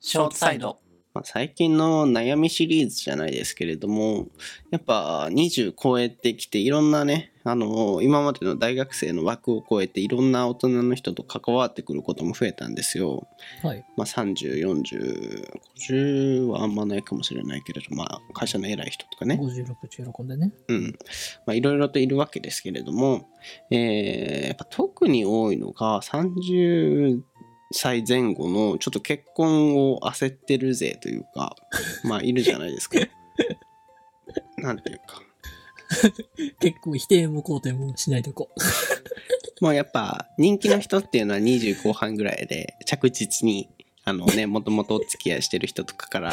ショートサイド。まあ最近の悩みシリーズじゃないですけれどもやっぱ20超えてきていろんなねあの今までの大学生の枠を超えていろんな大人の人と関わってくることも増えたんですよ。はい。まあ、304050はあんまないかもしれないけれど、まあ、会社の偉い人とかね、 56、16でね。うんまあ、いろいろといるわけですけれども、えーやっぱ特に多いのが30歳前後のちょっと結婚を焦ってるぜというかまあいるじゃないですか。なんていうか結構否定も肯定もしないとこ。 もうやっぱ人気の人っていうのは20後半ぐらいで着実にあのねもともとお付き合いしてる人とかから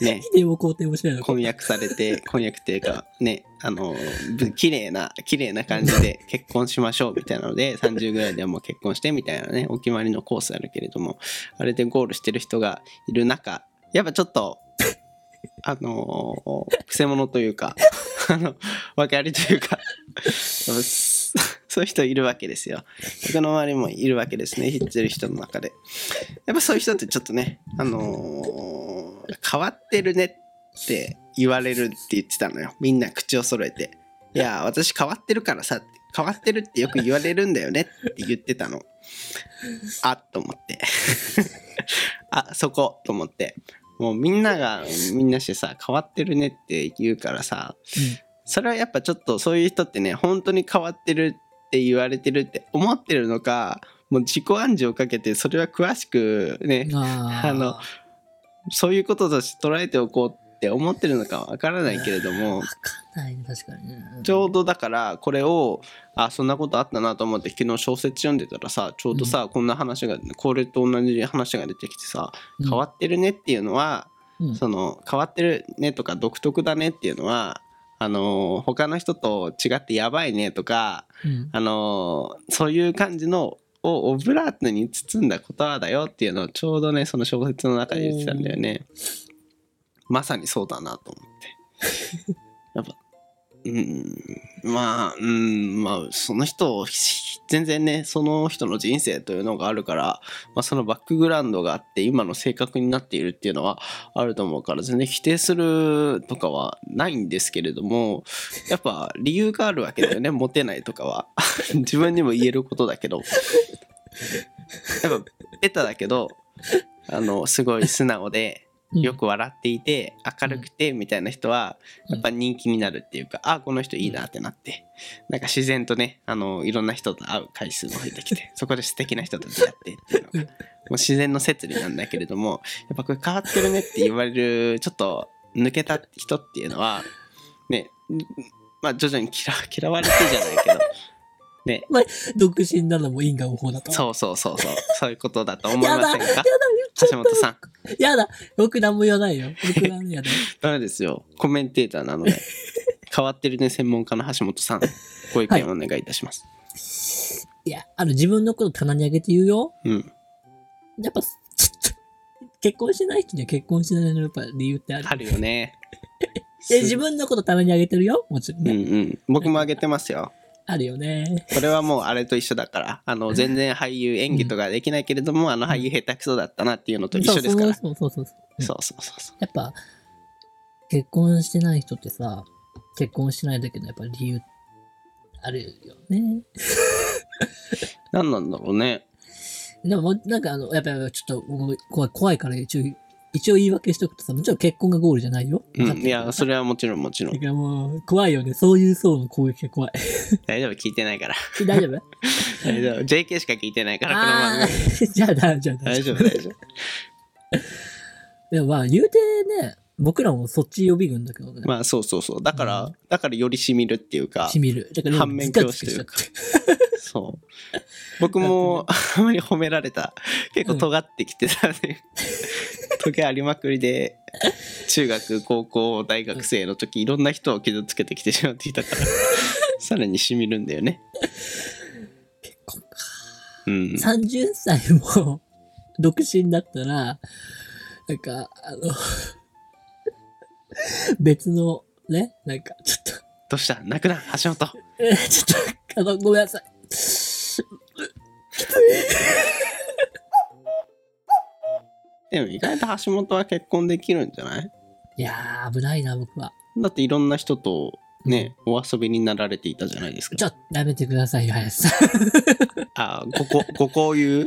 ね否定も肯定もしないとこ。婚約されて婚約っていうかねあのぶ綺麗な綺麗な感じで結婚しましょうみたいなので30ぐらいでもう結婚してみたいなねお決まりのコースあるけれどもあれでゴールしてる人がいる中やっぱちょっとあのくせ者というかあの訳ありというかやっぱそそういう人いるわけですよ僕の周りもいるわけですね知ってる人の中でやっぱそういう人ってちょっとねあの変わってるねってって言われるって言ってたのよみんな口を揃えて「いや私変わってるからさ」って変わってるってよく言われるんだよねって言ってたのあっと思って あそこと思ってもうみんながみんなしてさ変わってるねって言うからさそれはやっぱちょっとそういう人ってね本当に変わってるって言われてるって思ってるのかもう自己暗示をかけてそれは詳しくねうん、あーあのそういうこととして捉えておこうって思ってるのかわからないけれどもわかんないね、確かにね。ちょうどだからこれをあそんなことあったなと思って昨日小説読んでたらさちょうどさ、こんな話がこれと同じ話が出てきてさ変わってるねっていうのは、うんその変わってるねとか独特だねっていうのはあの他の人と違ってやばいねとかうんあのーそういう感じのをオブラートに包んだ言葉だよっていうのをちょうどねその小説の中で言ってたんだよねまさにそうだなと思って やっぱうんまあうんまあその人をひ全然ねその人の人生というのがあるから、まあ、そのバックグラウンドがあって今の性格になっているっていうのはあると思うから全然否定するとかはないんですけれどもやっぱ理由があるわけだよねモテないとかは 自分にも言えることだけどやっぱ ベタだけどあのすごい素直うでんよく笑っていて明るくてみたいな人はうんやっぱ人気になるっていうか、あこの人いいなってなってなんか自然とねあのいろんな人と会う回数も増えてき てそこで素敵な人と出会ってっていうのがもう自然の摂理なんだけれどもやっぱこれ変わってるねって言われるちょっと抜けた人っていうのはねまあ徐々に嫌嫌われてじゃないけどね独身なのも因果応報だと。そうそうそ うそうそういうことだと思いませんやだか言っち橋ゃっ本さんたやだ僕何も言わないよ。僕何も言わ ない。ダメですよ。コメンテーターなので。 変わってるね、専門家の橋本さん。ご意見をお願いいたします。いや、あの、自分のこと棚にあげて言うよ。うん。やっぱ、ちょっと、結婚してない人には結婚してないのやっぱ理由ってある。あるよね。え、自分のこと棚にあげてるよ。もちろんうんね。うん。僕もあげてますよ。あるよね。これはもうあれと一緒だから。あの、全然俳優演技とかできないけれども、あの俳優下手くそだったなっていうのと一緒ですから。そそうそうそうそうそうううそうそうそう。やっぱ、結婚してない人ってさ、結婚してないだけど、やっぱ理由、あるよね。何なんだろうね。でも、なんかあの、やっぱりちょっと僕、怖い、怖いから一応、一応言い訳しとくとさ、もちろん結婚がゴールじゃないよ。う分かっん。ているからや、それはもちろんもちろんだ。からもう、怖いよね。そういう層の攻撃が 怖い。大丈夫、聞いてないから。 大丈夫大丈夫。JK しか聞いてないから、この番あ組。ー じゃあだ、じゃあだ。大丈夫、大丈夫。でもまあ、言うてね、僕らもそっち予備軍だけどね。まあ、そうそうそう。だかうら、だからよりしみるっていうか。しみる。だから、反面教師というかそう。僕もあんまり褒められた。結構尖ってきてた ね。時ありまくりで、中学、高校、大学生の時、いろんな人を傷つけてきてしまってい たから、さらに染みるんだよね。婚うん。 30歳も独身だったら、なんか、あの、別の、ね、なんか、ちょっと、どうした泣くな、橋本。えーちょっと、あの、ごめんなさい。でも意外と橋本は結婚できるんじゃないいやー、危ないな、僕は。だっていろんな人とね、お遊びになられていたじゃないですかち。ょっと、やめてくださいよ、林さん。あごこ、ご交友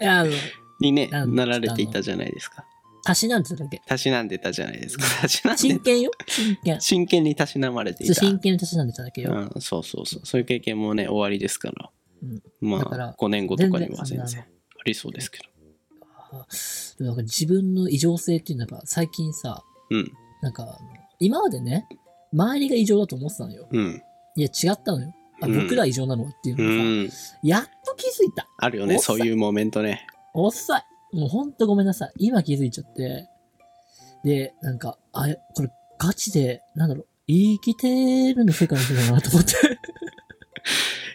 いや、あの、にね、なんなられていたじゃないですか。たしなんてただけ。たしなんでたじゃないですか。たしなん真で、剣よ。真剣。真剣にたしなまれていそうた。真剣にたしなんでただけよ。うん、そうそうそう。そういう経験もね、終わりですから。うんだかまあら、 5年後とかには全然全そん然なありそうですけど。あーでもなんか自分の異常性っていうのが最近さ、うん、なんか、あの今までね、周りが異常だと思ってたのよ。うん、いや、違ったのよ。あ、うん僕ら異常なのっていううのがさ、ん。やっと気づいた。あるよね、遅そいういうモメントね。遅い。もうほんとごめんなさい。今気づいちゃって。で、なんか、あれ、これガチで、なんだろう、生きてるの世界の人だなと思って。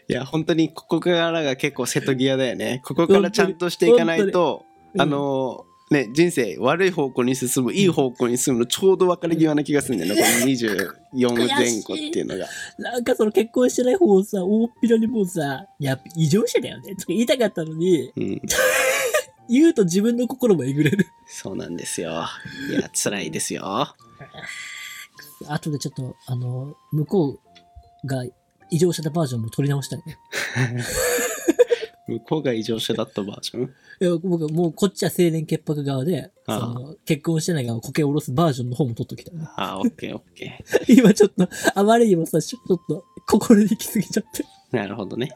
いや、本当にここからが結構瀬戸際だよね。ここからちゃんとしていかないと、当に あのー、ね、人生悪い方向に進む、いい方向に進むのちょうど分かれ際な気がするんだよね、この24前後っていうのが。なんかその結婚してない方をさ、大っぴらにもうさ、いや、異常者だよねとか言いたかったのに、うん、言うと自分の心もえぐれる。 そうなんですよ。いや、辛いですよ。あとでちょっと、あの、向こうが異常者だバージョンも取り直したいね。向こうが異常者だったバージョンいや僕はもうこっちは青年潔白側で、そああの結婚してない側をこけ下ろすバージョンの方も取っときたい。ああ、オッケーオッケ 今ちょっと、あまりにもさ、ちょっと心に行き過ぎちゃっー。なるほどね。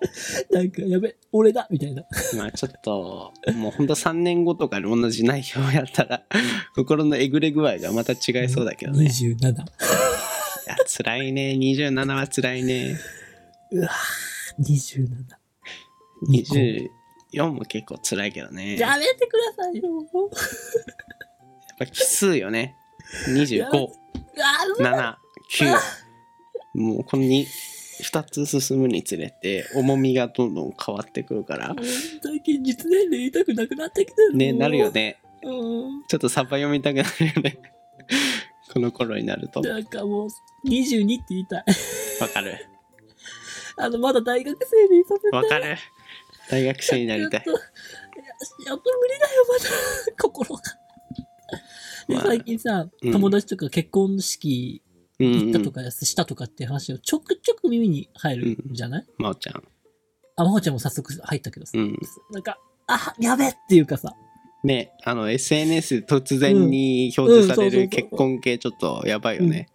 て、 なんかやべ、俺だみたいな。まあちょっと、もうほんと3年後とかに同じ内容やったら、心のえぐれ具合がまた違いそうだけどね。い27。や、辛いね。27は辛いね。うわぁ、27。 24も結構辛いけどね。ややめてくださいよ。っぱ奇数よね。やめ25、うわぁ7、9。もうこの2、2つ進むにつれて、重みがどんどん変わってくるから。最近実年齢痛くなくなってきてるね、なるよ。ね。うん。ちょっとサバ読みたくなるよね。 この頃になると。なんかもう、22って言いたい。わかる。あの、まだ大学生でいさせて。わかる。大学生になりたいち。ょっといややっぱ無理だよ、 まだ。心が。で、まあ最近さ、うん友達とか結婚式うん行っうたとん。かしたとかっていう話をちょくちょく耳に入るじゃない、まおちゃん。あ、まほちゃんも早速入ったけどさ、うん。なんか、あ、やべっていうかさ、ね、あの、SNS で突然に表示されうんうんそうそうそうる結婚系ちょっとやばいよね。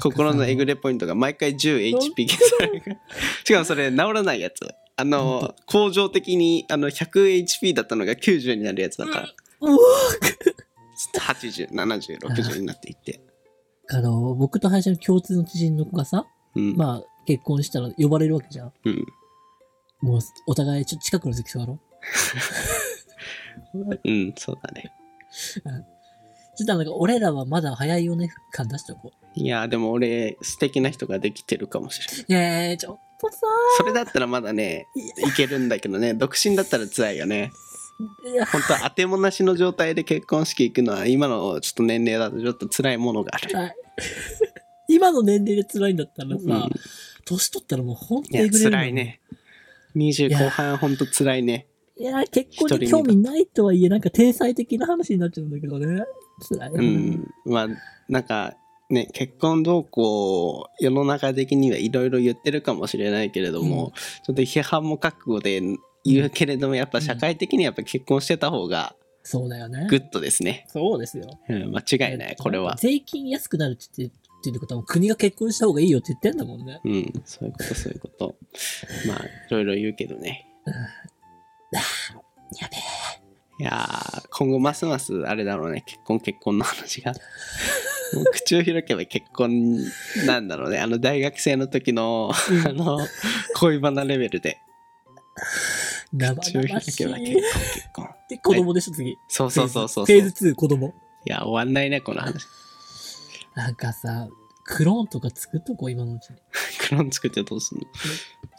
心のえぐれポイントが毎回 10HP 消されるから。 しかもそれ治らないやつ。あほのん、恒常的にあの 100HP だったのが90になるやつだから、 うわ80、70、60になっていって。あの、僕と林の共通の知人の子がさ、うん。まあ、結婚したら呼ばれるわけじゃん。うんもう、お互いちょ近くの席座ろう。うん、そうだね。ちょっとなんか、俺らはまだ早いよね、感出しておこう。いやーでも俺素敵な人ができてるかもしれないねえ、ちょっとさ、それだったらまだねいいけるんだけどね独身だったら辛いよねいや本当は当てもなしの状態で結婚式行くのは今のちょっと年齢だとちょっと辛いものがある、辛い今の年齢で辛いんだったらさ、うん、年取ったらもうほんといやえぐれるもん辛い。ね20後半本当辛いねいや、結婚一人にに興味ないとはいえ、なんか天才的な話になっちゃうんだけどね。辛い。うんまあなんかね結婚動向世の中的にはいろいろ言ってるかもしれないけれども、うんちょっと批判も覚悟で言うけれどもやっぱ社会的にやっぱ結婚してた方がそうだよねグ。ッドですね、そうですよ。うん、間違いない、これは。税金安くなるって言って、っていうことはもう国が結婚した方がいいよって言ってんだもんね。うん、そういうこと、そういうこと。まあ、いろいろ言うけどね。やべえ。いやー、今後ますますあれだろうね、結婚、結婚の話 が。もう口を開けば結婚なんだろうね、あの大学生の時の、あの、恋バナレベルで、生口を開けば々し結婚、い。結婚。で、子供でしょ、次。そうそうそうそうフそう。ェいーズ2、子供。や、終わんないね、この 話。なんかさ、クローンとか作っとこう、今のうちに。クローン作ってどうすんの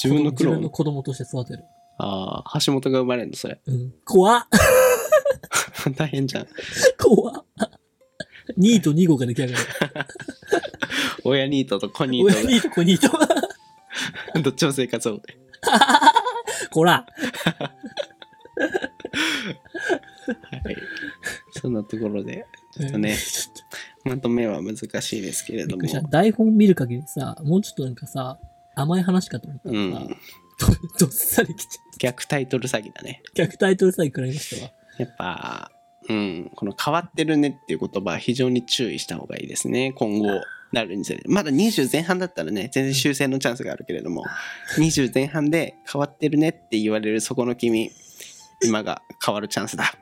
自分のクロ自分ーのン。子供として育てる。ああ、橋本が生まれるの、それ。うん。怖っ 大変じゃん。怖っ2と2号が出来上がる。親ニートと子ニー親トにと子にと。 が、どっちも生活を。こらはい。そんなところで、ちょっとね、 ちょっとまとめは難しいですけれびどっもくりし。た。台本見る限りさ、もうちょっとなんかさ、甘い話かと思ったうらさ、ん。どどっさり来ちゃっ逆タイトル詐欺だね。た。逆タイトルさえ食らいましたわ。やっぱ、うん、この変わってるねっていう言葉は非常に注意した方がいいですね。今後、なるにつれて。まだ20前半だったらね、全然修正のチャンスがあるけれども、20前半で変わってるねって言われるそこの君、今が変わるチャンスだ。